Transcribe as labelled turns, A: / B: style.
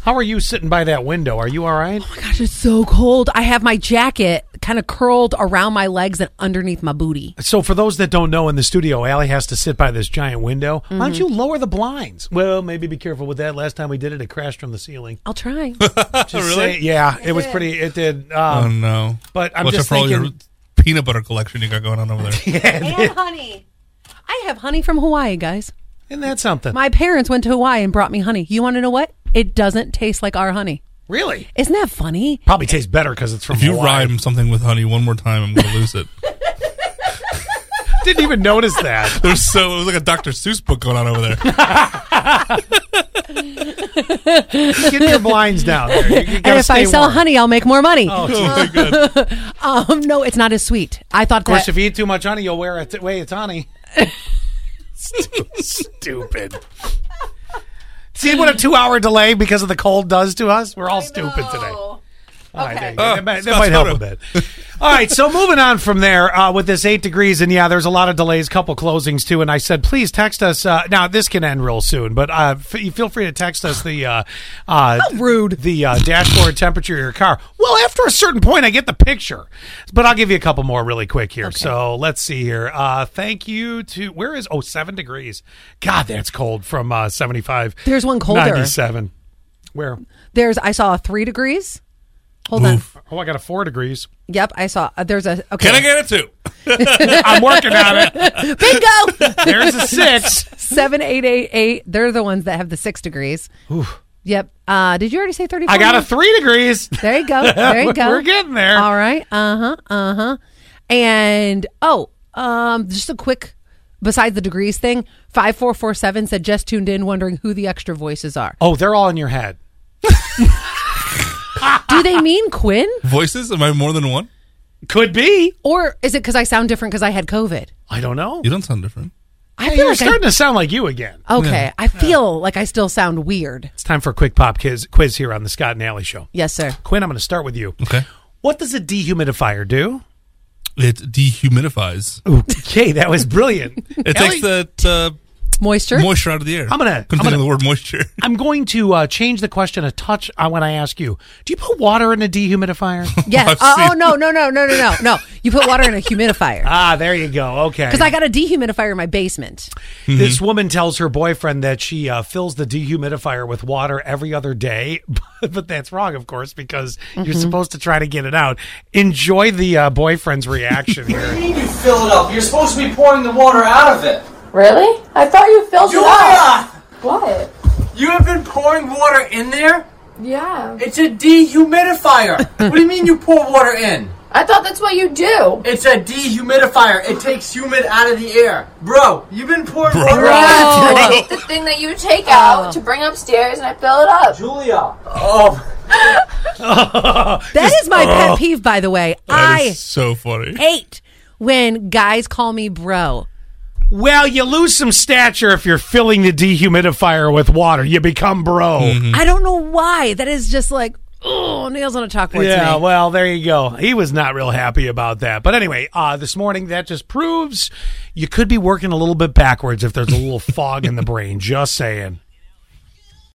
A: How are you sitting by that window? Are you all right?
B: Oh my gosh, it's so cold. I have my jacket kind of curled around my legs and underneath my booty.
A: So, for those that don't know, in the studio, Allie has to sit by this giant window. Why
B: Mm-hmm.
A: don't you lower the blinds? Well, maybe be careful with that. Last time we did it, it crashed from the ceiling.
B: I'll try.
A: Just say- yeah, it, was pretty. It did. Um,
C: Oh no!
A: But I'm
C: Watch out
A: just
C: for all your
A: thinking-
C: peanut butter collection you got going on over there.
D: and honey.
B: I have honey from Hawaii, guys.
A: Isn't that something?
B: My parents went to Hawaii and brought me honey. You want to know what? It doesn't taste like our honey.
A: really?
B: Isn't that funny?
A: Probably tastes better because it's from
C: if you
A: Hawaii.
C: rhyme something with honey one more time, I'm gonna lose it.
A: Didn't even notice that.
C: There's so it was like a Dr. Seuss book going on over there.
A: Get your blinds down there. You- you
B: And
A: gotta
B: if I
A: stay
B: sell
A: warm.
B: honey, I'll make more money.
A: Oh, geez.
C: Oh my god!
B: Um, no, it's not as sweet. I thought
A: Of course,
B: that.
A: if you eat too much honey, you'll wear it. Wait, it's honey. stupid. See what a two-hour delay because of the cold does to us. We're all stupid today. All right, there you go.
C: Oh,
A: that might, that
C: Scott's
A: might help a
C: photo.
A: bit. All right, so moving on from there uh, with this eight degrees, and yeah, there's a lot of delays, couple closings too. And I said, please text us uh, now. This can end real soon, but uh, f- you feel free to text us the uh, uh,
B: rude.
A: the uh, dashboard temperature of your car. Well, after a certain point, I get the picture, but I'll give you a couple more really quick here. So let's see here. Uh, thank you to where is oh seven degrees. God, that's cold from uh, seventy five.
B: There's one colder.
A: Ninety seven. Where?
B: There's, I saw a three degrees. Hold
C: Oof.
B: on.
A: Oh, I got a four degrees.
B: Yep, I saw. Uh, there's a. Okay.
C: Can I get it too?
A: I'm working on it.
B: Bingo!
A: There's a six.
B: 7888. They're the ones that have the six degrees. Yep. Uh, did you already say 34?
A: I got a three degrees.
B: There you go. There you go.
A: We're getting there.
B: All right. Uh huh. Uh huh. And oh, um, just a quick. Besides the degrees thing, five four four seven said just tuned in, wondering who the extra voices are.
A: Oh, they're all in your head.
B: Do they mean Quinn,
C: Voices? Am I more than one?
A: Could be.
B: or is it because I sound different because I had COVID?
A: I don't know.
C: You don't sound different.
B: I
A: You're
B: like I-
A: starting to sound like you again.
B: okay. I feel like I still sound weird.
A: It's time for a quick pop quiz, quiz here on the Scott and Alley Show.
B: Yes, sir.
A: Quinn, I'm going to start with you.
C: Okay.
A: What does a dehumidifier do?
C: It dehumidifies.
A: Okay, that was brilliant.
C: It
A: Ellie,
C: takes that uh,
B: Moisture.
C: moisture out of the air.
A: I'm gonna-
C: Couldn't
A: I'm
C: think
A: gonna-
C: of the word moisture.
A: I'm going to uh, change the question a touch uh, when I ask you. Do you put water in a dehumidifier?
B: Yes.
C: I've
B: Oh, oh
C: seen-
B: no, no, no, no, no, no, no. You put water in a humidifier.
A: ah, there you go. Okay.
B: Because I got a dehumidifier in my basement.
A: This woman tells her boyfriend that she uh, fills the dehumidifier with water every other day, but that's wrong, of course, because you're supposed to try to get it out. Enjoy the uh, boyfriend's reaction
E: What
A: here.
E: do you mean you fill it up? You're supposed to be pouring the water out of it.
F: Really? I thought you filled it up.
E: Julia!
F: What?
E: You have been pouring water in there?
F: Yeah.
E: It's a dehumidifier. what do you mean you pour water in?
F: I thought that's what you do.
E: It's a dehumidifier. It takes humid out of the air. Bro, you've been pouring
C: Bro.
E: water out.
F: It's the thing that you take out to bring upstairs and I fill it up.
E: Julia. Oh,
B: That is my pet peeve, by the way.
C: Oh. That
B: I
C: is so funny.
B: hate when guys call me bro.
A: well, you lose some stature if you're filling the dehumidifier with water. You become bro.
C: Mm.
B: I don't know why. That is just like, oh, nails on a chalkboard.
A: Yeah,
B: Yeah.
A: well, there you go. He was not real happy about that. But anyway, uh, this morning that just proves you could be working a little bit backwards if there's a little fog in the brain. Just saying.